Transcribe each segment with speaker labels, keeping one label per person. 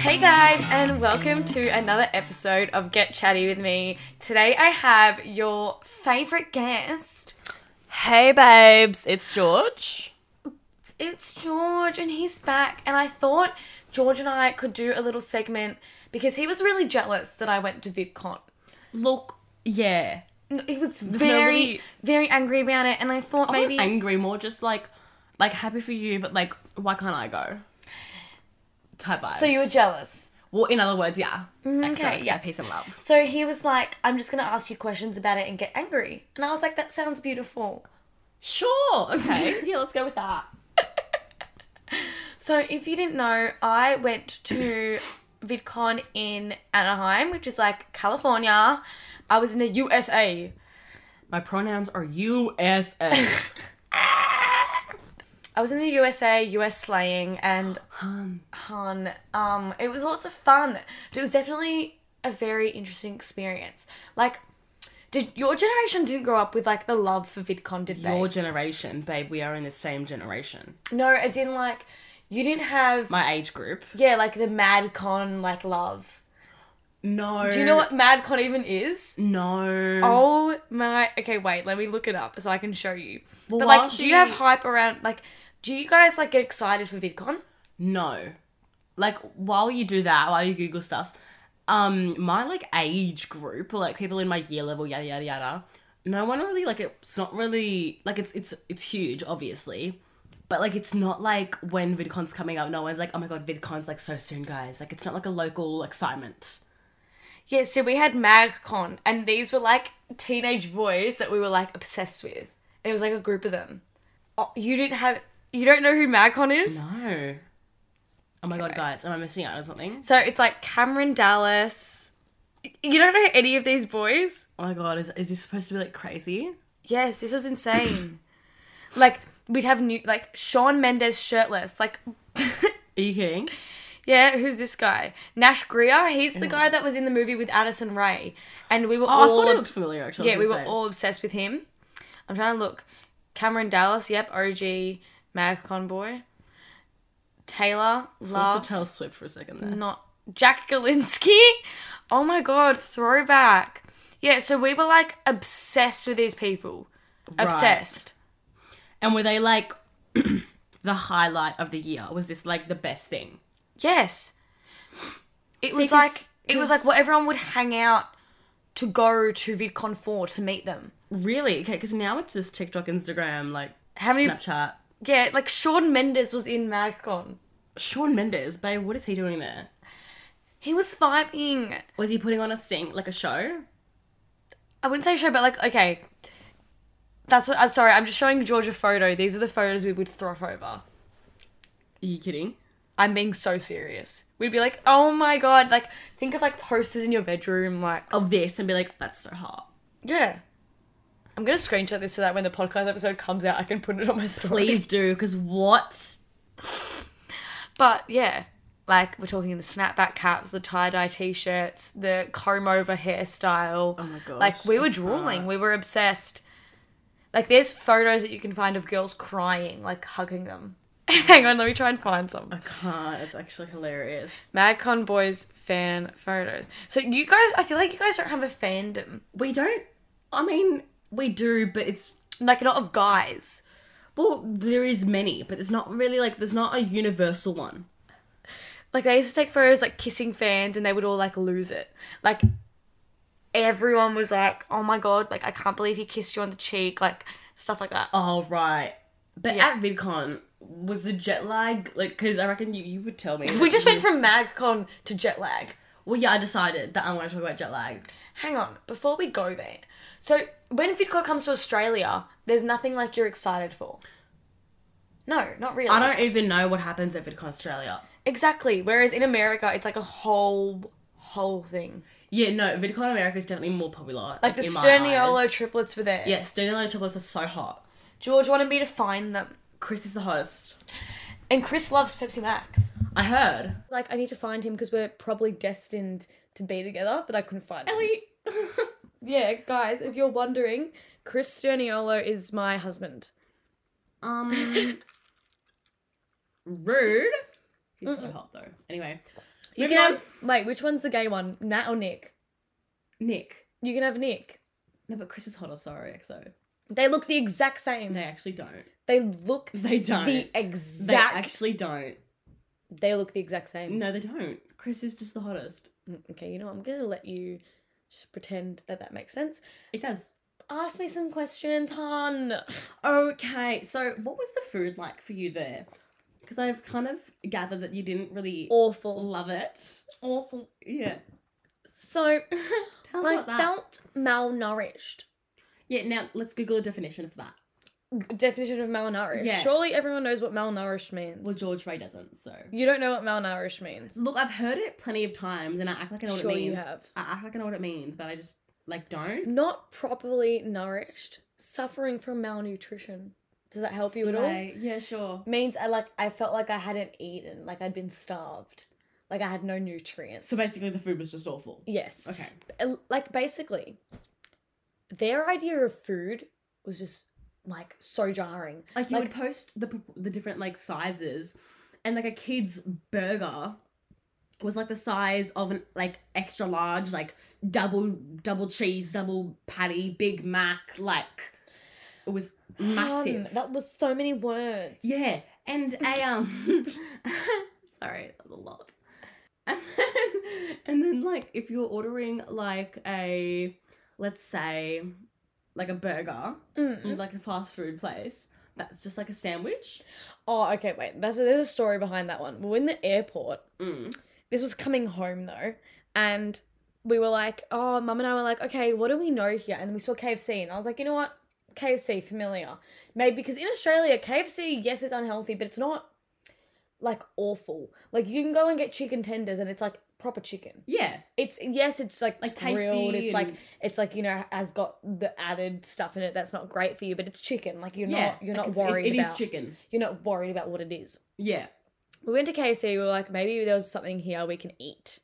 Speaker 1: Hey guys, and welcome to another episode of Get Chatty with Me. Today I have your favorite guest.
Speaker 2: Hey babes, it's George.
Speaker 1: It's George, and he's back. And I thought George and I could do a little segment because he was really jealous that I went to VidCon.
Speaker 2: Look, yeah.
Speaker 1: No, He was very,
Speaker 2: nobody-
Speaker 1: very angry about it, and I thought
Speaker 2: I
Speaker 1: maybe
Speaker 2: wasn't angry, more just like like happy for you, but like why can't I go? Type vibes.
Speaker 1: so you were jealous.
Speaker 2: Well, in other words, yeah.
Speaker 1: okay,
Speaker 2: XOXO,
Speaker 1: yeah.
Speaker 2: peace and love.
Speaker 1: So he was like, "I'm just gonna ask you questions about it and get angry," and I was like, "That sounds beautiful."
Speaker 2: Sure. Okay. yeah, let's go with that.
Speaker 1: So, if you didn't know, I went to VidCon in Anaheim, which is like California. I was in the USA.
Speaker 2: My pronouns are USA.
Speaker 1: I was in the USA, US slaying, and
Speaker 2: Han.
Speaker 1: Han. Um, it was lots of fun, but it was definitely a very interesting experience. Like, did your generation didn't grow up with like the love for VidCon, did they?
Speaker 2: Your generation, babe, we are in the same generation.
Speaker 1: No, as in like you didn't have
Speaker 2: My age group.
Speaker 1: yeah like the MadCon like love.
Speaker 2: No.
Speaker 1: Do you know what MadCon even is?
Speaker 2: No.
Speaker 1: Oh my. Okay, wait. Let me look it up so I can show you. but
Speaker 2: while
Speaker 1: like, do
Speaker 2: she-
Speaker 1: you have hype around? Like, do you guys like get excited for VidCon?
Speaker 2: No. Like while you do that, while you Google stuff, um, my like age group, or, like people in my year level, yada yada yada, no one really like it's not really like it's it's it's huge, obviously. But like it's not like when VidCon's coming up, no one's like, Oh my god, VidCon's like so soon, guys. Like it's not like a local excitement.
Speaker 1: Yeah. So we had MagCon, and these were like teenage boys that we were like obsessed with. It was like a group of them. Oh, you didn't have. You don't know who MagCon is?
Speaker 2: No. Oh my god, guys, am I missing out on something?
Speaker 1: So it's like Cameron Dallas. Y- You don't know any of these boys?
Speaker 2: Oh my god, is is this supposed to be like crazy?
Speaker 1: Yes, this was insane. like we'd have new like Sean Mendes shirtless like.
Speaker 2: Are you kidding?
Speaker 1: Yeah, who's this guy? Nash Greer. He's the guy that was in the movie with Addison Ray, and we were
Speaker 2: Oh, I
Speaker 1: all
Speaker 2: thought it looked familiar actually. I
Speaker 1: yeah, we
Speaker 2: was
Speaker 1: were
Speaker 2: gonna say.
Speaker 1: all obsessed with him. I'm trying to look. Cameron Dallas. Yep, OG MagCon boy. Taylor
Speaker 2: I
Speaker 1: love
Speaker 2: was Taylor Swift for a second there.
Speaker 1: not Jack Galinsky. Oh my god, throwback. Yeah, so we were like obsessed with these people. Obsessed.
Speaker 2: And were they like the highlight of the year? Was this like the best thing?
Speaker 1: Yes. It was
Speaker 2: 'cause-
Speaker 1: like it was like
Speaker 2: 'cause-
Speaker 1: what everyone would hang out to go to VidCon four to meet them.
Speaker 2: Really? Okay, because now it's just TikTok, Instagram, like
Speaker 1: How many-
Speaker 2: Snapchat.
Speaker 1: Yeah, like Sean Mendes was in MagCon.
Speaker 2: Sean Mendes, babe, what is he doing there?
Speaker 1: He was vibing.
Speaker 2: Was he putting on a sing like a show?
Speaker 1: I wouldn't say show, but like okay. That's what I'm sorry, I'm just showing George a photo. These are the photos we would throw over.
Speaker 2: Are you kidding?
Speaker 1: I'm being so serious. We'd be like, oh my god, like think of like posters in your bedroom, like
Speaker 2: Of this and be like, that's so hot.
Speaker 1: Yeah. I'm gonna screenshot this so that when the podcast episode comes out I can put it on my story.
Speaker 2: Please do, because what?
Speaker 1: But yeah, like we're talking the snapback caps, the tie dye t shirts, the comb over hairstyle. Oh
Speaker 2: my gosh,
Speaker 1: Like we were drooling, we were obsessed. Like there's photos that you can find of girls crying, like hugging them. Hang on, let me try and find some.
Speaker 2: I can't. It's actually hilarious.
Speaker 1: MagCon Boys fan photos. So you guys, I feel like you guys don't have a fandom,
Speaker 2: We don't. I mean, we do, but it's
Speaker 1: like not of guys.
Speaker 2: well, there is many, but it's not really like there's not a universal one.
Speaker 1: Like they used to take photos like kissing fans, and they would all like lose it. Like everyone was like, "Oh my god!" Like I can't believe he kissed you on the cheek, like stuff like that.
Speaker 2: Oh right, but
Speaker 1: Yeah.
Speaker 2: at VidCon was the jet lag like? Because I reckon you you would tell me.
Speaker 1: We just went from MagCon to jet lag.
Speaker 2: Well, yeah, I decided that I want to talk about jet lag.
Speaker 1: Hang on, before we go there. So when VidCon comes to Australia, there's nothing like you're excited for. No, not really.
Speaker 2: I don't even know what happens at VidCon Australia.
Speaker 1: exactly. Whereas in America, it's like a whole whole thing.
Speaker 2: Yeah, no, VidCon America is definitely more popular.
Speaker 1: Like the
Speaker 2: in my
Speaker 1: Sterniolo
Speaker 2: eyes.
Speaker 1: triplets were there.
Speaker 2: Yeah, Sterniolo triplets are so hot.
Speaker 1: George wanted me to find them,
Speaker 2: Chris is the host.
Speaker 1: and Chris loves Pepsi Max.
Speaker 2: I heard.
Speaker 1: like I need to find him because we're probably destined to be together, but I couldn't find him. Yeah, guys, if you're wondering, Chris Sterniolo is my husband.
Speaker 2: um. Rude. He's so hot though. Anyway,
Speaker 3: You
Speaker 2: Maybe
Speaker 3: can
Speaker 2: not-
Speaker 3: have wait, which one's the gay one? Nat or Nick?
Speaker 2: Nick.
Speaker 3: You can have Nick.
Speaker 2: No, but Chris is hotter. Sorry, EXO.
Speaker 3: They look the exact same.
Speaker 2: They actually don't.
Speaker 3: They look
Speaker 2: They don't.
Speaker 3: the
Speaker 2: they
Speaker 3: exact. They,
Speaker 2: actually don't.
Speaker 3: look the exact same.
Speaker 2: No, they don't. Chris is just the hottest.
Speaker 3: Mm, Okay, you know what? I'm gonna let you just pretend that that makes sense.
Speaker 2: It does.
Speaker 3: Ask me some questions, hon.
Speaker 2: Okay, so what was the food like for you there? Because I've kind of gathered that you didn't really
Speaker 3: Awful,
Speaker 2: love it.
Speaker 3: awful.
Speaker 2: Yeah.
Speaker 3: So
Speaker 2: Tell us
Speaker 3: I
Speaker 2: about that.
Speaker 3: felt malnourished.
Speaker 2: Yeah, now let's Google a definition for that.
Speaker 3: Definition of malnourished.
Speaker 2: Yeah.
Speaker 3: Surely everyone knows what malnourished means.
Speaker 2: Well, George Ray doesn't, so.
Speaker 3: you don't know what malnourished means.
Speaker 2: Look, I've heard it plenty of times and I act like I know what
Speaker 3: Sure,
Speaker 2: it means.
Speaker 3: you have.
Speaker 2: I act like I know what it means, but I just, like, don't.
Speaker 3: Not properly nourished, suffering from malnutrition. Does that help you at all?
Speaker 2: Slay. Yeah, sure.
Speaker 3: means I like I felt like I hadn't eaten, like I'd been starved, like I had no nutrients.
Speaker 2: So basically, the food was just awful.
Speaker 3: yes,
Speaker 2: Okay.
Speaker 3: And, like basically, their idea of food was just like so jarring.
Speaker 2: Like, you
Speaker 3: Like-
Speaker 2: would post the, pro- the different, like, sizes, and, like, a kid's burger was, like, the size of an, like, extra large, like, double, double cheese, double patty, Big Mac, like, it was massive.
Speaker 3: Um, that was so many words.
Speaker 2: Yeah, and a um, sorry, that was a lot. And then, and then like if you're ordering like a, let's say, like a burger
Speaker 3: Mm.
Speaker 2: from like a fast food place, that's just like a sandwich.
Speaker 3: Oh, okay, wait. That's a, there's a story behind that one. We We're in the airport.
Speaker 2: Mm.
Speaker 3: This was coming home though, and we were like, oh, mum and I were like, okay, what do we know here? And we saw KFC, and I was like, you know what? KFC, familiar. Maybe because in Australia, KFC, yes, it's unhealthy, but it's not like awful. Like you can go and get chicken tenders, and it's like proper chicken.
Speaker 2: Yeah,
Speaker 3: It's yes, it's like
Speaker 2: Like
Speaker 3: like
Speaker 2: tasty
Speaker 3: grilled. It's like
Speaker 2: and-
Speaker 3: it's like you know has got the added stuff in it that's not great for you, but it's chicken. Like you're
Speaker 2: yeah.
Speaker 3: not you're
Speaker 2: like,
Speaker 3: not
Speaker 2: it's- it's-
Speaker 3: worried
Speaker 2: It is
Speaker 3: about
Speaker 2: chicken.
Speaker 3: you're not worried about what it is.
Speaker 2: Yeah,
Speaker 3: We went to KFC. We were like, maybe there was something here we can eat.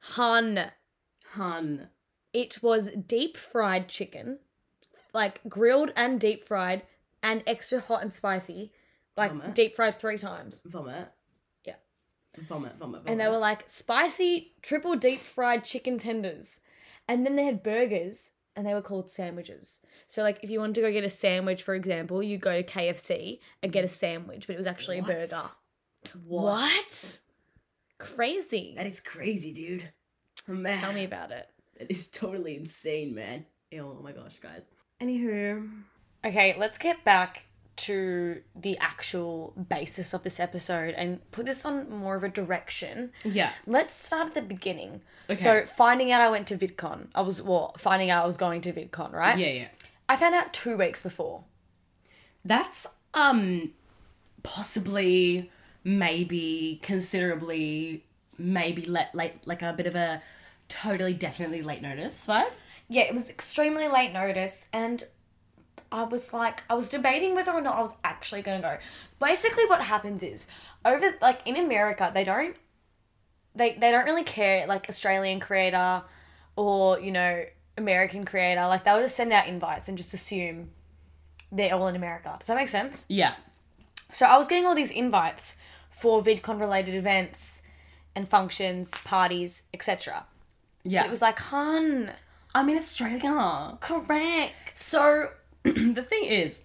Speaker 3: Hun,
Speaker 2: hun.
Speaker 3: it was deep fried chicken, like grilled and deep fried, and extra hot and spicy, like
Speaker 2: Vomit.
Speaker 3: deep fried three times.
Speaker 2: Vomit.
Speaker 3: Yeah.
Speaker 2: Vomit, vomit, vomit.
Speaker 3: And they were like spicy triple deep fried chicken tenders, and then they had burgers. And they were called sandwiches. So, like, if you wanted to go get a sandwich, for example, you go to KFC and get a sandwich, but it was actually
Speaker 2: What?
Speaker 3: a burger.
Speaker 2: what?
Speaker 3: What? Crazy.
Speaker 2: That is crazy, dude.
Speaker 3: Tell me about it.
Speaker 2: That is totally insane, man. Oh my gosh, guys. Anywho,
Speaker 1: Okay, let's get back to the actual basis of this episode and put this on more of a direction.
Speaker 2: yeah,
Speaker 1: Let's start at the beginning.
Speaker 2: Okay.
Speaker 1: So, finding out I went to VidCon, I was, well, finding out I was going to VidCon, right?
Speaker 2: yeah, yeah.
Speaker 1: I found out two weeks before.
Speaker 2: That's um, possibly, maybe, considerably, maybe let late like a bit of a totally definitely late notice, right?
Speaker 1: Yeah, it was extremely late notice, and I was like, I was debating whether or not I was actually going to go. Basically, what happens is, over like in America, they don't, they they don't really care like Australian creator, or you know American creator. Like they'll just send out invites and just assume they're all in America. Does that make sense?
Speaker 2: Yeah,
Speaker 1: So I was getting all these invites for VidCon related events and functions, parties, etc.
Speaker 2: yeah.
Speaker 1: It was like, hun,
Speaker 2: I'm in Australia.
Speaker 1: correct.
Speaker 2: So the thing is,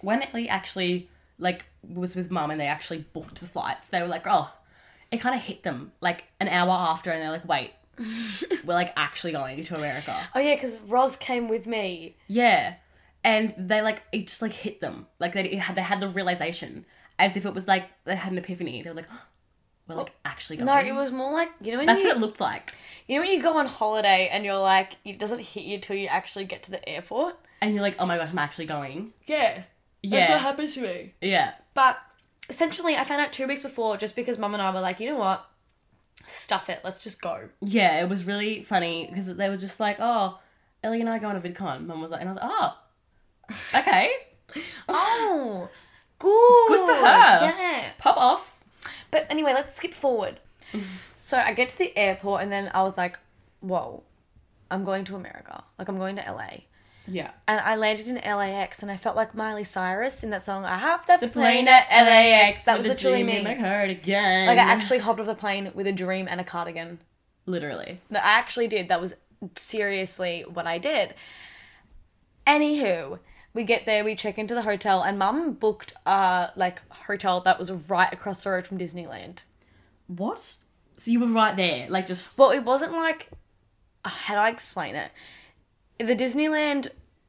Speaker 2: when we actually like was with mum and they actually booked the flights, they were like, oh, it kind of hit them like an hour after, and they're like, wait, we're like actually going to America.
Speaker 1: Oh yeah, because Roz came with me.
Speaker 2: Yeah, and they like it just like hit them like they it had they had the realization as if it was like they had an epiphany. They were like, oh, we're like actually going.
Speaker 1: No, it was more like you know when
Speaker 2: Mm. That's
Speaker 1: you
Speaker 2: what it looked like,
Speaker 1: you know when you go on holiday and you're like it doesn't hit you till you actually get to the airport.
Speaker 2: and you're like, oh my gosh, I'm actually going.
Speaker 1: Yeah,
Speaker 2: Yeah,
Speaker 1: happened to me.
Speaker 2: yeah,
Speaker 1: But essentially, I found out two weeks before just because Mum and I were like, you know what, stuff it, let's just go.
Speaker 2: yeah. It was really funny because they were just like, oh, Ellie and I go on a VidCon. Mum was like, and I was like, oh, okay,
Speaker 1: Oh, good,
Speaker 2: Good for her.
Speaker 1: Yeah.
Speaker 2: pop off.
Speaker 1: But anyway, let's skip forward. so I get to the airport and then I was like, whoa, I'm going to America. Like, I'm going to LA.
Speaker 2: Yeah.
Speaker 1: and I landed in LAX and I felt like Miley Cyrus in that song I have the,
Speaker 2: The
Speaker 1: plane
Speaker 2: plane
Speaker 1: at
Speaker 2: at
Speaker 1: LAX. That was
Speaker 2: With a
Speaker 1: literally
Speaker 2: dream
Speaker 1: me.
Speaker 2: in my
Speaker 1: Like
Speaker 2: heart again.
Speaker 1: I actually hopped off the plane with a dream and a cardigan.
Speaker 2: literally.
Speaker 1: That I actually did. That was seriously what I did. Anywho, we get there, we check into the hotel, and Mum booked a like hotel that was right across the road from Disneyland.
Speaker 2: What? So you were right there, like just
Speaker 1: But it wasn't like how do I explain it? The Disneyland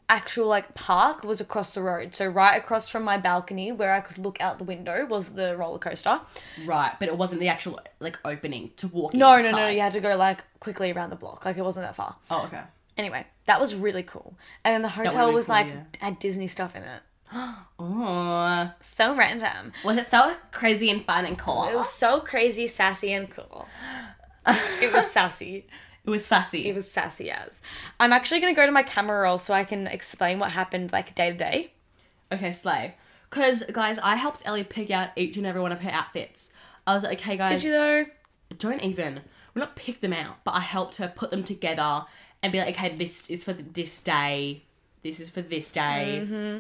Speaker 1: actual like park was across the road. So right across from my balcony where I could look out the window was the roller coaster.
Speaker 2: right, but it wasn't the actual like opening to walk.
Speaker 1: No, no,
Speaker 2: inside.
Speaker 1: no, you had to go like quickly around the block. Like it wasn't that far.
Speaker 2: Oh, okay.
Speaker 1: Anyway, that was really cool. And then the
Speaker 2: would've
Speaker 1: hotel
Speaker 2: been
Speaker 1: was
Speaker 2: cool,
Speaker 1: like
Speaker 2: yeah.
Speaker 1: had Disney stuff in it.
Speaker 2: Oh,
Speaker 1: So random.
Speaker 2: was it so crazy and fun and cool?
Speaker 1: It was so crazy, sassy, and cool. it was sassy.
Speaker 2: It was sassy.
Speaker 1: It was sassy as. I'm actually gonna go to my camera roll so I can explain what happened like day to day.
Speaker 2: Okay, slay. Because, guys, I helped Ellie pick out each and every one of her outfits. I was like, okay, guys,
Speaker 1: Did you though?
Speaker 2: don't even, well, not pick them out, but I helped her put them together and be like, okay, this is for th- this day. This is for this day.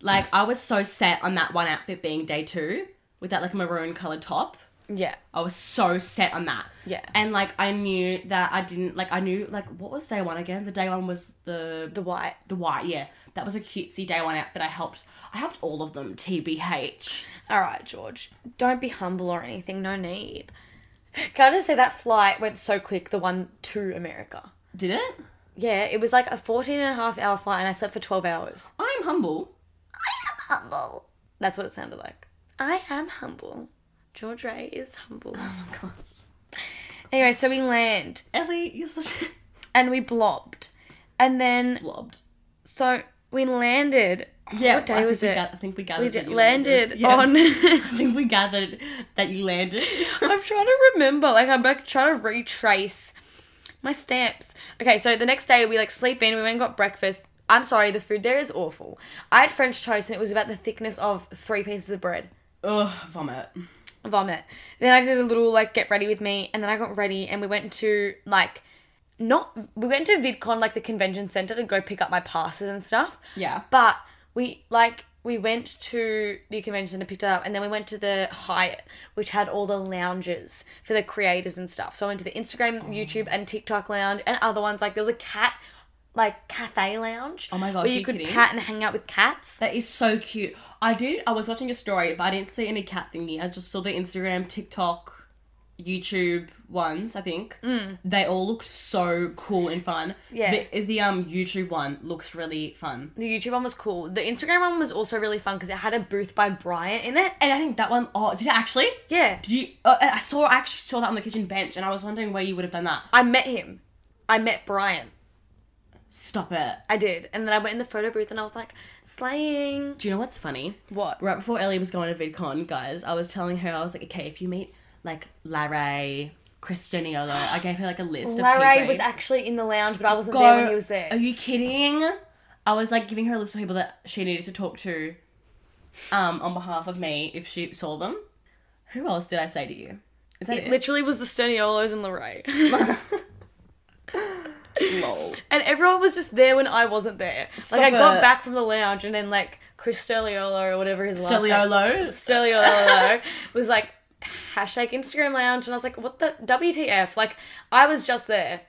Speaker 2: Like, I was so set on that one outfit being day two with that, like, maroon colored top.
Speaker 1: Yeah.
Speaker 2: I was so set on that.
Speaker 1: Yeah.
Speaker 2: And, like, I knew that I didn't, like, I knew, like, what was day one again? The day one was the
Speaker 1: The white.
Speaker 2: the white, yeah. That was a cutesy day one outfit. I helped. I helped all of them. Tbh.
Speaker 1: All right, George. Don't be humble or anything. No need. Can I just say that flight went so quick, the one to America?
Speaker 2: Did it?
Speaker 1: Yeah, it was like a 14 and a half hour flight and I slept for 12 hours.
Speaker 2: I'm humble.
Speaker 1: Humble. That's what it sounded like. I am humble. George Ray is humble.
Speaker 2: Oh my gosh.
Speaker 1: Anyway, so we land
Speaker 2: Ellie, you're such a
Speaker 1: and we blobbed. And then,
Speaker 2: blobbed.
Speaker 1: so we landed.
Speaker 2: Yeah.
Speaker 1: what day
Speaker 2: I think
Speaker 1: was
Speaker 2: we
Speaker 1: it?
Speaker 2: ga- I think we gathered.
Speaker 1: We
Speaker 2: that
Speaker 1: did,
Speaker 2: you
Speaker 1: landed,
Speaker 2: Yeah.
Speaker 1: on.
Speaker 2: I think we gathered that you landed.
Speaker 1: I'm trying to remember. Like I'm like trying to retrace my steps. Okay, so the next day we like sleep in. We went and got breakfast. I'm sorry, the food there is awful. I had French toast and it was about the thickness of three pieces of bread.
Speaker 2: Ugh, vomit.
Speaker 1: Vomit. Then I did a little like get ready with me, and then I got ready and we went to like not we went to VidCon like the convention center to go pick up my passes and stuff.
Speaker 2: Yeah.
Speaker 1: But we like we went to the convention and picked it up, and then we went to the Hyatt, which had all the lounges for the creators and stuff. So I went to the Instagram,
Speaker 2: Oh.
Speaker 1: YouTube, and TikTok lounge, and other ones. Like there was a cat, like cafe lounge. Oh
Speaker 2: my gosh,
Speaker 1: where you
Speaker 2: you
Speaker 1: could
Speaker 2: kidding?
Speaker 1: pat and hang out with cats.
Speaker 2: That is so cute. I did. I was watching your story, but I didn't see any cat thingy. I just saw the Instagram, TikTok, YouTube ones. I think they all look so cool and fun.
Speaker 1: Mm. Yeah.
Speaker 2: The, the um YouTube one looks really fun,
Speaker 1: The YouTube one was cool. The Instagram one was also really fun because it had a booth by Bryant in it.
Speaker 2: and I think that one oh did it actually?
Speaker 1: Yeah,
Speaker 2: Did you? Uh, I saw. I actually saw that on the kitchen bench, and I was wondering where you would have done that.
Speaker 1: I met him. I met Bryant.
Speaker 2: Stop it.
Speaker 1: I did, and then I went in the photo booth and I was like, slaying.
Speaker 2: Do you know what's funny?
Speaker 1: What?
Speaker 2: Right before Ellie was going to VidCon, guys, I was telling her I was like, okay, if you meet like Larry, Christianiolo, I gave her like a list. of
Speaker 1: Larry
Speaker 2: people.
Speaker 1: was actually in the lounge, but I wasn't
Speaker 2: Go-
Speaker 1: there when he was there.
Speaker 2: Are you kidding? I was like giving her a list of people that she needed to talk to, um, on behalf of me if she saw them. Who else did I say to you? Is that
Speaker 1: It
Speaker 2: it?
Speaker 1: literally was the Sterniolos and Larray.
Speaker 2: Lol.
Speaker 1: and everyone was just there when I wasn't there.
Speaker 2: Stop
Speaker 1: like, I got
Speaker 2: it.
Speaker 1: back from the lounge, and then, like, Chris Sterliolo or whatever his last name
Speaker 2: Soliolo.
Speaker 1: Sterliolo was like, hashtag Instagram lounge. And I was like, what the WTF? Like, I was just there.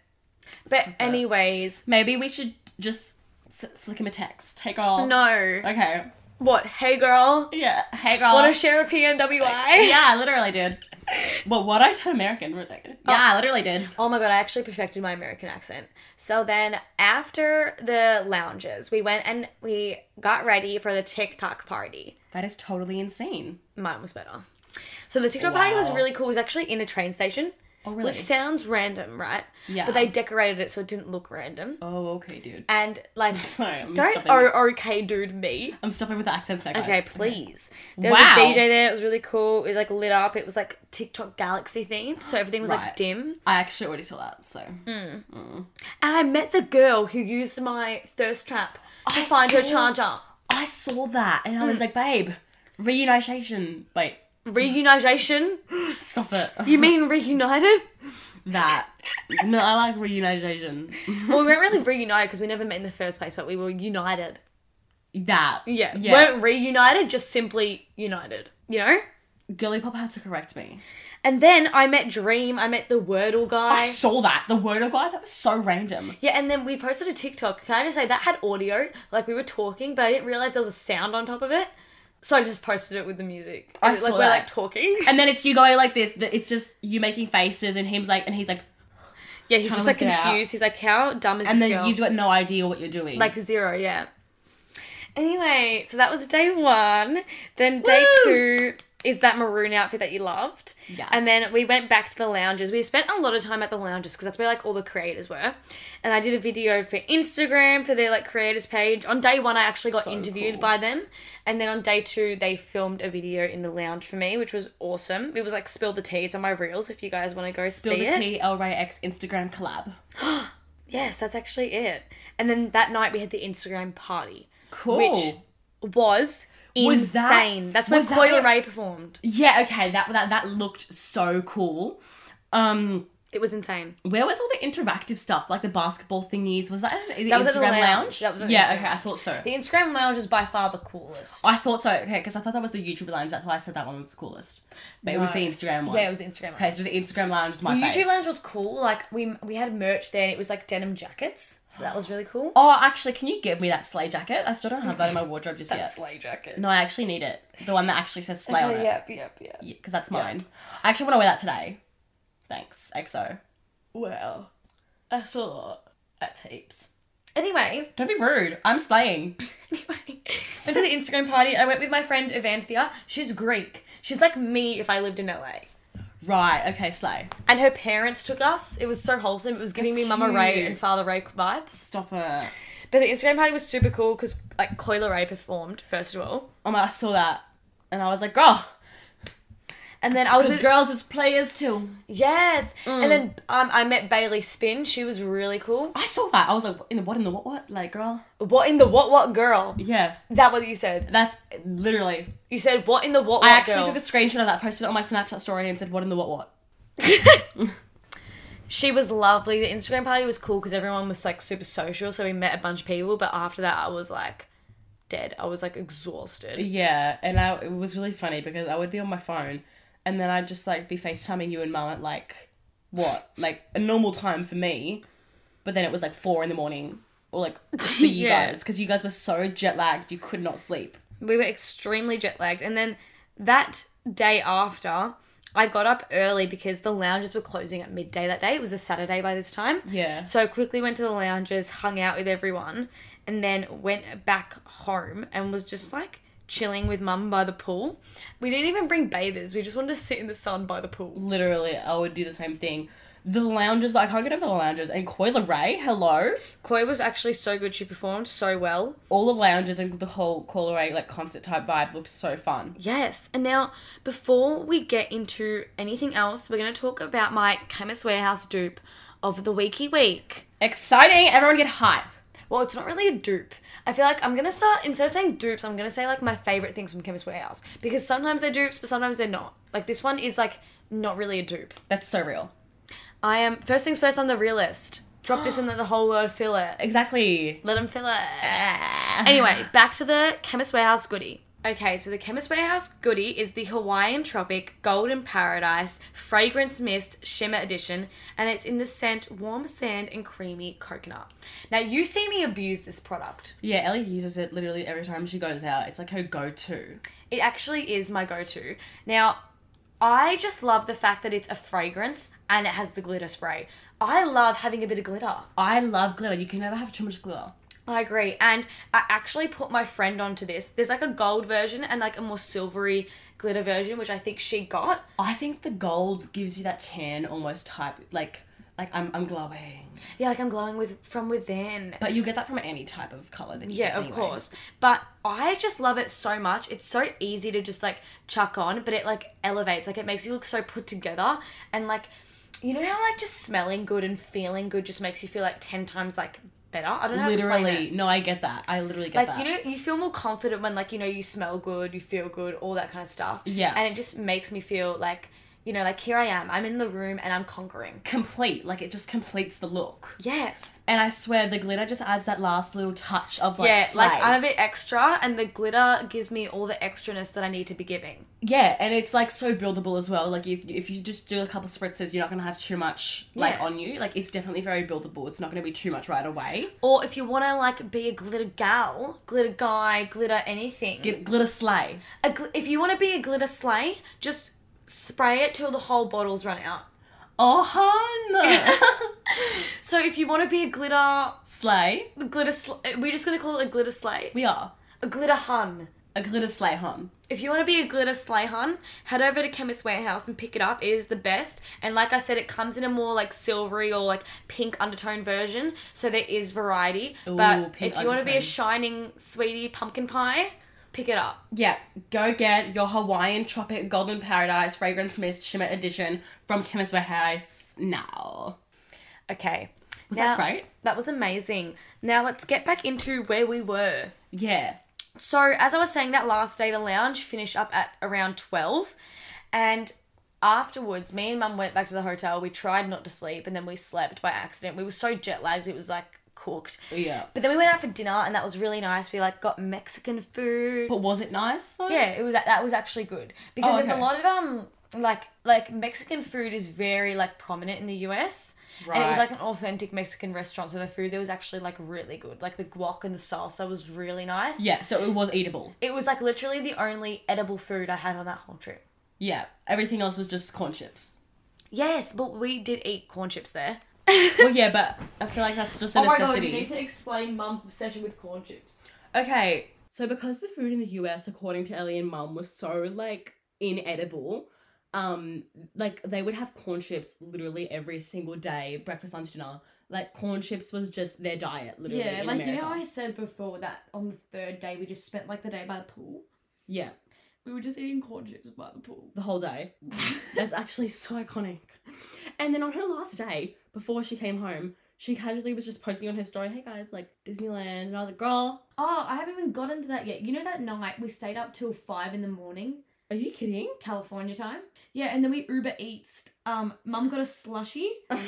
Speaker 1: But,
Speaker 2: Stop it.
Speaker 1: anyways.
Speaker 2: Maybe we should just s- flick him a text. Hey girl.
Speaker 1: No.
Speaker 2: Okay.
Speaker 1: What? Hey, girl.
Speaker 2: Yeah. Hey girl.
Speaker 1: Want to share a PNWI?
Speaker 2: yeah, I literally did. Well, what I said American for a second. Yeah, I literally did.
Speaker 1: Oh my god, I actually perfected my American accent. So then after the lounges, we went and we got ready for the TikTok party.
Speaker 2: That is totally insane.
Speaker 1: Mine was better. So the TikTok party was
Speaker 2: Wow.
Speaker 1: really cool. It was actually in a train station,
Speaker 2: Oh really?
Speaker 1: which sounds random, right?
Speaker 2: Yeah.
Speaker 1: But they decorated it so it didn't look random.
Speaker 2: oh okay, dude.
Speaker 1: And like
Speaker 2: Sorry, I'm
Speaker 1: don't
Speaker 2: stopping.
Speaker 1: oh okay dude me.
Speaker 2: I'm stopping with the accents now, guys.
Speaker 1: Okay, please. There was
Speaker 2: Wow.
Speaker 1: a DJ there. It was really cool. It was like lit up. It was like TikTok galaxy themed, so everything was like
Speaker 2: Right.
Speaker 1: dim.
Speaker 2: I actually already saw that, so
Speaker 1: And I met the girl who used my thirst trap to
Speaker 2: I
Speaker 1: find her
Speaker 2: saw-
Speaker 1: charger.
Speaker 2: I saw that and I was like, babe, reunitation. Wait, Mm.
Speaker 1: Reunitation?
Speaker 2: stop it.
Speaker 1: You mean reunited?
Speaker 2: that. No, I like reunited Asian.
Speaker 1: well, we weren't really reunited because we never met in the first place, but we were united.
Speaker 2: that.
Speaker 1: Yeah.
Speaker 2: Yeah.
Speaker 1: Weren't reunited, just simply united, you know?
Speaker 2: Girly Pop had to correct me.
Speaker 1: And then I met Dream, I met the Wordle guy.
Speaker 2: I saw that. The word of God, that was so random.
Speaker 1: Yeah, and then we posted a TikTok. Can I just say that had audio? Like we were talking, but I didn't realize there was a sound on top of it. So I just posted it with the music.
Speaker 2: I
Speaker 1: like
Speaker 2: saw
Speaker 1: we're
Speaker 2: that.
Speaker 1: like talking.
Speaker 2: And then it's you going like this. that It's just you making faces, and him's like, and he's like,
Speaker 1: yeah, he's just like
Speaker 2: look it out.
Speaker 1: confused. He's like, "How dumb is
Speaker 2: and
Speaker 1: this
Speaker 2: then
Speaker 1: girl?"
Speaker 2: you've got no idea what you're doing.
Speaker 1: like zero, yeah. Anyway, so that was day one. Then day
Speaker 2: Woo!
Speaker 1: two is that maroon outfit that you loved.
Speaker 2: Yes.
Speaker 1: And then we went back to the lounges. We spent a lot of time at the lounges because that's where like all the creators were. And I did a video for Instagram for their like creators page. On day one, I actually got
Speaker 2: So
Speaker 1: interviewed
Speaker 2: cool.
Speaker 1: by them. And then on day two, they filmed a video in the lounge for me, which was awesome. It was like spill the tea. It's on my reels if you guys want to go
Speaker 2: Bill
Speaker 1: see
Speaker 2: the
Speaker 1: it.
Speaker 2: T El Ray X Instagram collab.
Speaker 1: Yes, that's actually it. And then that night we had the Instagram party.
Speaker 2: Cool.
Speaker 1: Oh. was insane.
Speaker 2: Was that-
Speaker 1: That's when
Speaker 2: was that
Speaker 1: Coil
Speaker 2: it?
Speaker 1: Ray performed.
Speaker 2: yeah. Okay. That that that looked so cool. Um,
Speaker 1: It was insane.
Speaker 2: where was all the interactive stuff, like the basketball thingies? Was that at the
Speaker 1: That
Speaker 2: Instagram
Speaker 1: was at the
Speaker 2: lounge?
Speaker 1: lounge. That was at the
Speaker 2: yeah.
Speaker 1: Instagram
Speaker 2: Okay, I
Speaker 1: lounge.
Speaker 2: thought so.
Speaker 1: The Instagram lounge is by far the coolest.
Speaker 2: I thought so. Okay, because I thought that was the YouTube lounge. That's why I said that one was the coolest. But it was the
Speaker 1: No.
Speaker 2: Instagram one.
Speaker 1: Yeah, it was the Instagram
Speaker 2: Okay,
Speaker 1: lounge.
Speaker 2: so the Instagram lounge is my
Speaker 1: The YouTube
Speaker 2: favorite.
Speaker 1: lounge was cool. Like we we had merch there, and it was like denim jackets, so that was really cool.
Speaker 2: Oh, actually, can you give me that sleigh jacket? I still don't have that in my wardrobe just yet.
Speaker 1: sleigh jacket.
Speaker 2: No, I actually need it. The one that actually says sleigh on it.
Speaker 1: Yep, yep, yep.
Speaker 2: Yeah, because that's mine. I actually want to wear that today. Thanks, EXO.
Speaker 1: Well,
Speaker 2: That's a lot. That's heaps.
Speaker 1: anyway,
Speaker 2: Don't be rude. I'm slaying.
Speaker 1: anyway, went to the Instagram party. I went with my friend Evanthea. She's Greek. She's like me if I lived in LA.
Speaker 2: Right. Okay, slay.
Speaker 1: And her parents took us. It was so wholesome. It was giving
Speaker 2: That's
Speaker 1: me Mama Ray
Speaker 2: cute.
Speaker 1: and Father Ray vibes.
Speaker 2: Stop it.
Speaker 1: But the Instagram party was super cool because like Coil Ray performed first of all,
Speaker 2: Oh my, I saw that, and I was like, girl,
Speaker 1: and then I was
Speaker 2: because
Speaker 1: with,
Speaker 2: girls is players too.
Speaker 1: yes, and then um, I met Bailey Spin. She was really cool.
Speaker 2: I saw that. I was like, in the what in the what what? Like, girl.
Speaker 1: What in the what what girl? Is
Speaker 2: Yeah.
Speaker 1: that what you said?
Speaker 2: That's literally.
Speaker 1: You said what in the what what
Speaker 2: I actually
Speaker 1: girl?
Speaker 2: took a screenshot of that, posted it on my Snapchat story, and said, "What in the what what."
Speaker 1: she was lovely. The Instagram party was cool because everyone was like super social, so we met a bunch of people. But after that, I was like dead. I was like exhausted.
Speaker 2: Yeah, and I it was really funny because I would be on my phone, and then I'd just like be FaceTiming you and Mum at like what like a normal time for me, but then it was like four in the morning or like for you
Speaker 1: Yeah.
Speaker 2: guys because you guys were so jet lagged you could not sleep.
Speaker 1: We were extremely jet lagged, and then that day after. I got up early because the lounges were closing at midday that day. It was a Saturday by this time.
Speaker 2: Yeah.
Speaker 1: So I quickly went to the lounges, hung out with everyone, and then went back home and was just like chilling with mum by the pool. We didn't even bring bathers. We just wanted to sit in the sun by the pool.
Speaker 2: Literally, I would do the same thing. The lounges, I can't get over the lounges. And Coila Ray, hello.
Speaker 1: Chloe was actually so good. She performed so well.
Speaker 2: All the lounges and the whole Coila Ray like concert type vibe looked so fun.
Speaker 1: Yes. And now, before we get into anything else, we're going to talk about my Chemist Warehouse dupe of the weeky week.
Speaker 2: Exciting! Everyone get hype.
Speaker 1: Well, it's not really a dupe. I feel like I'm gonna start instead of saying dupes, I'm gonna say like my favorite things from Chemist Warehouse because sometimes they're dupes, but sometimes they're not. Like this one is like not really a dupe.
Speaker 2: That's so real.
Speaker 1: I am first things first. I'm the realist. Drop this and let the whole world feel it.
Speaker 2: Exactly.
Speaker 1: Let them feel it. Anyway, back to the Chemist Warehouse goodie. Okay, so the Chemist Warehouse goodie is the Hawaiian Tropic Golden Paradise Fragrance Mist Shimmer Edition, and it's in the scent Warm Sand and Creamy Coconut. Now, you see me abuse this product.
Speaker 2: Yeah, Ellie uses it literally every time she goes out. It's like her go to.
Speaker 1: It actually is my go to. Now, I just love the fact that it's a fragrance and it has the glitter spray. I love having a bit of glitter.
Speaker 2: I love glitter. You can never have too much glitter.
Speaker 1: I agree. And I actually put my friend onto this. There's like a gold version and like a more silvery glitter version, which I think she got.
Speaker 2: I think the gold gives you that tan almost type. Like, like I'm, I'm glowing.
Speaker 1: Yeah, like I'm glowing with from within.
Speaker 2: But you get that from any type of color. That you
Speaker 1: Yeah,
Speaker 2: get
Speaker 1: of
Speaker 2: anyway.
Speaker 1: course. But I just love it so much. It's so easy to just like chuck on, but it like elevates. Like it makes you look so put together and like you know how like just smelling good and feeling good just makes you feel like 10 times like better. I don't know. How to
Speaker 2: Literally,
Speaker 1: explain it.
Speaker 2: no, I get that. I literally get
Speaker 1: Like
Speaker 2: that.
Speaker 1: you know, you feel more confident when like you know you smell good, you feel good, all that kind of stuff.
Speaker 2: Yeah.
Speaker 1: And it just makes me feel like you know, like here I am, I'm in the room and I'm conquering.
Speaker 2: Complete, like it just completes the look.
Speaker 1: Yes.
Speaker 2: And I swear the glitter just adds that last little touch of like
Speaker 1: yeah,
Speaker 2: slay.
Speaker 1: like I'm a bit extra and the glitter gives me all the extraness that I need to be giving.
Speaker 2: yeah, and it's like so buildable as well. Like if, if you just do a couple spritzes, you're not gonna have too much like
Speaker 1: Yeah.
Speaker 2: on you. Like it's definitely very buildable. It's not gonna be too much right away.
Speaker 1: Or if you want to like be a glitter gal, glitter guy, glitter anything.
Speaker 2: Gl- glitter slay.
Speaker 1: a gl- if you want to be a glitter sleigh, just spray it till the whole bottles run out.
Speaker 2: Oh hun
Speaker 1: So if you want to be a glitter
Speaker 2: slay.
Speaker 1: glitter, sl- we're just gonna call it a glitter sleigh,
Speaker 2: We are
Speaker 1: a glitter hun.
Speaker 2: a glitter slay hun.
Speaker 1: If you want to be a glitter sleigh hun, head over to Chemist Warehouse and pick it up. It is the best, and like I said, it comes in a more like silvery or like pink undertone version, so there is variety.
Speaker 2: Ooh,
Speaker 1: but
Speaker 2: pink
Speaker 1: if you want to be a
Speaker 2: undertone.
Speaker 1: shining sweetie pumpkin pie, pick it up.
Speaker 2: Yeah, go get your Hawaiian Tropic Golden Paradise Fragrance Mist Shimmer Edition from Chemist Warehouse now.
Speaker 1: Okay,
Speaker 2: Was
Speaker 1: Now-
Speaker 2: that great?
Speaker 1: that was amazing. Now let's get back into where we were.
Speaker 2: Yeah.
Speaker 1: So, as I was saying, that last day, the lounge finished up at around 12. And afterwards, me and mum went back to the hotel. We tried not to sleep and then we slept by accident. We were so jet lagged, it was like cooked.
Speaker 2: Yeah.
Speaker 1: But then we went out for dinner and that was really nice. We like got Mexican food.
Speaker 2: But was it nice though?
Speaker 1: Yeah, it was that was actually good because
Speaker 2: Oh,
Speaker 1: there's
Speaker 2: okay.
Speaker 1: a lot of um like like Mexican food is very like prominent in the US. And it was
Speaker 2: Right.
Speaker 1: like an authentic Mexican restaurant, so the food there was actually like really good. Like the guac and the salsa was really nice.
Speaker 2: Yeah, so it was eatable.
Speaker 1: It was like literally the only edible food I had on that whole trip.
Speaker 2: Yeah. Everything else was just corn chips.
Speaker 1: Yes, but we did eat corn chips there.
Speaker 2: well, yeah, but I feel like that's
Speaker 1: Oh
Speaker 2: just a necessity.
Speaker 1: to explain mum's obsession with corn chips.
Speaker 2: Okay. So because the food in the US, according to Ellie and Mum, was so like inedible, um, like they would have corn chips literally every single day, breakfast, lunch, dinner. Like corn chips was just their diet, literally.
Speaker 1: Yeah,
Speaker 2: in
Speaker 1: like you know,
Speaker 2: America.
Speaker 1: how I said before that on the third day we just spent like the day by the pool.
Speaker 2: Yeah,
Speaker 1: We were just eating corn chips by the pool.
Speaker 2: the whole day. That's actually so iconic. And then on her last day, before she came home, she casually was just posting on her story, "Hey guys, like Disneyland," and I was like, "Girl,
Speaker 1: Oh, I haven't even got into that yet. You know that night we stayed up till five in the morning,
Speaker 2: are you kidding?"
Speaker 1: California time. Yeah, and then we Uber Eats. Um, mum got a slushy, like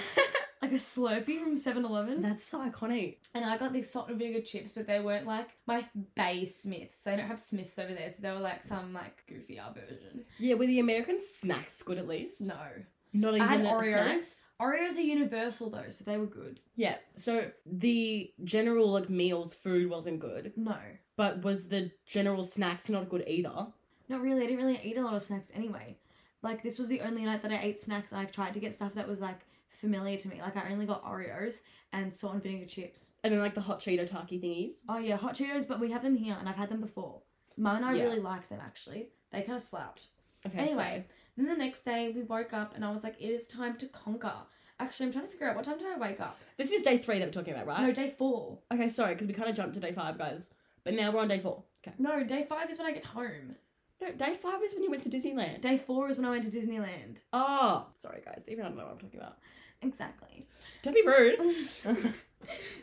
Speaker 1: a Slurpee from 7-Eleven.
Speaker 2: That's so iconic.
Speaker 1: And I got these salt and vinegar chips, but they weren't like my Bay Smiths. They don't have Smiths over there, so they were like some like goofy R version.
Speaker 2: Yeah, were the American snacks good at least?
Speaker 1: No.
Speaker 2: Not even
Speaker 1: I had
Speaker 2: the
Speaker 1: Oreos.
Speaker 2: snacks?
Speaker 1: Oreos are universal though, so they were good.
Speaker 2: Yeah. So the general like meals food wasn't good,
Speaker 1: No.
Speaker 2: but was the general snacks not good either?
Speaker 1: Not really. I didn't really eat a lot of snacks anyway. Like this was the only night that I ate snacks and I tried to get stuff that was like familiar to me. Like I only got Oreos and salt and vinegar chips.
Speaker 2: And then like the hot Cheeto Taki thingies.
Speaker 1: Oh yeah, hot Cheetos, but we have them here and I've had them before. Mum and I
Speaker 2: Yeah.
Speaker 1: really liked them actually. They kind of slapped.
Speaker 2: Okay.
Speaker 1: Anyway, then the next day we woke up and I was like, it is time to conquer. Actually, I'm trying to figure out what time did I wake up?
Speaker 2: so this is day three that we're talking about,
Speaker 1: No,
Speaker 2: right?
Speaker 1: day four.
Speaker 2: okay, sorry, because we kind of jumped to day five, guys. But now we're on day four. Okay.
Speaker 1: No, day five is when I get home.
Speaker 2: No, day five is when you went to Disneyland.
Speaker 1: Day four is when I went to Disneyland.
Speaker 2: oh, sorry, guys. Even I don't know what I'm talking about.
Speaker 1: Exactly.
Speaker 2: Don't be rude.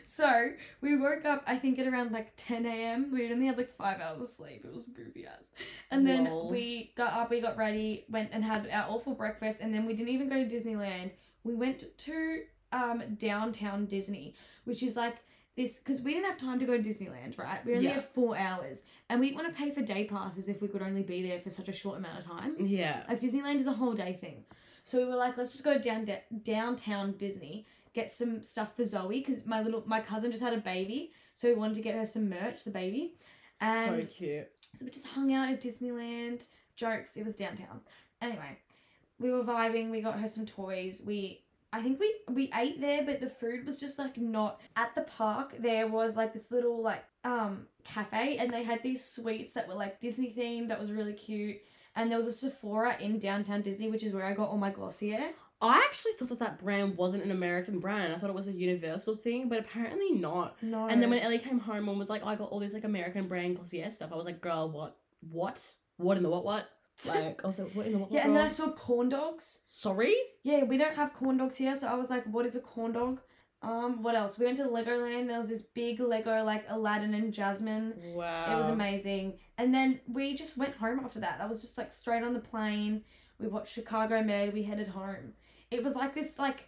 Speaker 1: So we woke up, I think, at around like 10 a.m. We only had like five hours of sleep. It was goofy as. And then
Speaker 2: Lol.
Speaker 1: we got up, we got ready, went and had our awful breakfast, and then we didn't even go to Disneyland. We went to um, downtown Disney, which is like this because we didn't have time to go to Disneyland, right? We only
Speaker 2: Yeah.
Speaker 1: had four hours, and we didn't want to pay for day passes if we could only be there for such a short amount of time.
Speaker 2: yeah.
Speaker 1: Like Disneyland is a whole day thing. So we were like, let's just go down downtown Disney, get some stuff for Zoe because my little my cousin just had a baby, so we wanted to get her some merch, the baby.
Speaker 2: so
Speaker 1: and-
Speaker 2: cute.
Speaker 1: So we just hung out at Disneyland. Jokes, it was downtown. Anyway, we were vibing. We got her some toys. We I think we we ate there, but the food was just like not at the park. There was like this little like um cafe, and they had these sweets that were like Disney themed. That was really cute. And there was a Sephora in downtown Disney, which is where I got all my Glossier.
Speaker 2: I actually thought that that brand wasn't an American brand. I thought it was a universal thing, but apparently not.
Speaker 1: No.
Speaker 2: And then when Ellie came home and was like, oh, I got all this like American brand Glossier stuff, I was like, girl, what? What? What in the what what? Like, I was like, what in the what
Speaker 1: yeah,
Speaker 2: what?
Speaker 1: and then I
Speaker 2: girl?
Speaker 1: saw corn dogs.
Speaker 2: Sorry?
Speaker 1: Yeah, we don't have corn dogs here, so I was like, what is a corn dog? Um, what else? We went to Legoland. There was this big Lego like Aladdin and Jasmine.
Speaker 2: Wow.
Speaker 1: It was amazing. And then we just went home after that. That was just like straight on the plane. We watched Chicago Med. We headed home. It was like this like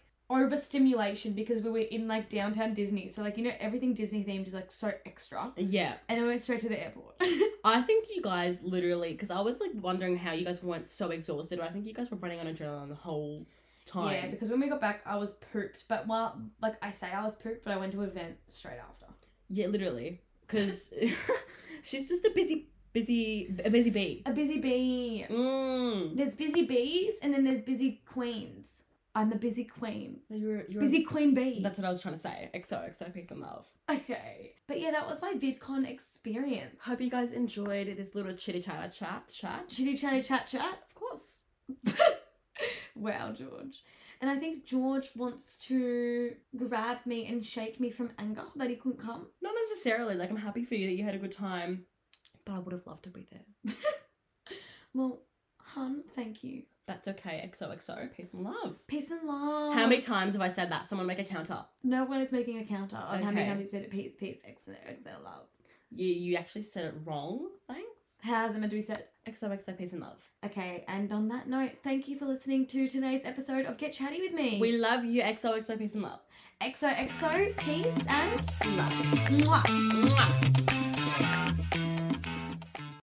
Speaker 1: overstimulation because we were in like downtown Disney. So like you know everything Disney themed is like so extra.
Speaker 2: Yeah,
Speaker 1: And then we went straight to the airport.
Speaker 2: I think you guys literally because I was like wondering how you guys weren't so exhausted, but I think you guys were running on adrenaline the whole time.
Speaker 1: yeah, because when we got back, I was pooped. But while like I say I was pooped, but I went to an event straight after.
Speaker 2: Yeah, literally. Because she's just a busy, busy, a busy bee.
Speaker 1: A busy bee.
Speaker 2: Mm.
Speaker 1: There's busy bees and then there's busy queens. I'm a busy queen.
Speaker 2: You're, you're
Speaker 1: Busy queen bee.
Speaker 2: That's what I was trying to say. XO, XO, peace and love.
Speaker 1: Okay. But yeah, that was my VidCon experience.
Speaker 2: Hope you guys enjoyed this little chitty chat chat chat.
Speaker 1: Chitty chatty chat chat, of course. wow, George. And I think George wants to grab me and shake me from anger that he couldn't come.
Speaker 2: Not necessarily. Like I'm happy for you that you had a good time, but I would have loved to be there.
Speaker 1: Well, hun, thank you.
Speaker 2: That's okay. XO, XO, peace and love.
Speaker 1: Peace and love.
Speaker 2: How many times have I said that? Someone make a counter.
Speaker 1: No one is making a counter of how many
Speaker 2: Okay.
Speaker 1: times you said it. Peace, peace, excellent, excellent, love.
Speaker 2: You you actually said it wrong. Thanks.
Speaker 1: How's it meant to be said?
Speaker 2: XOXO peace and love.
Speaker 1: Okay, and on that note, thank you for listening to today's episode of Get Chatty With Me.
Speaker 2: We love you. XOXO peace and love.
Speaker 1: XOXO, peace and
Speaker 2: Love.
Speaker 1: mwah.
Speaker 2: Mwah.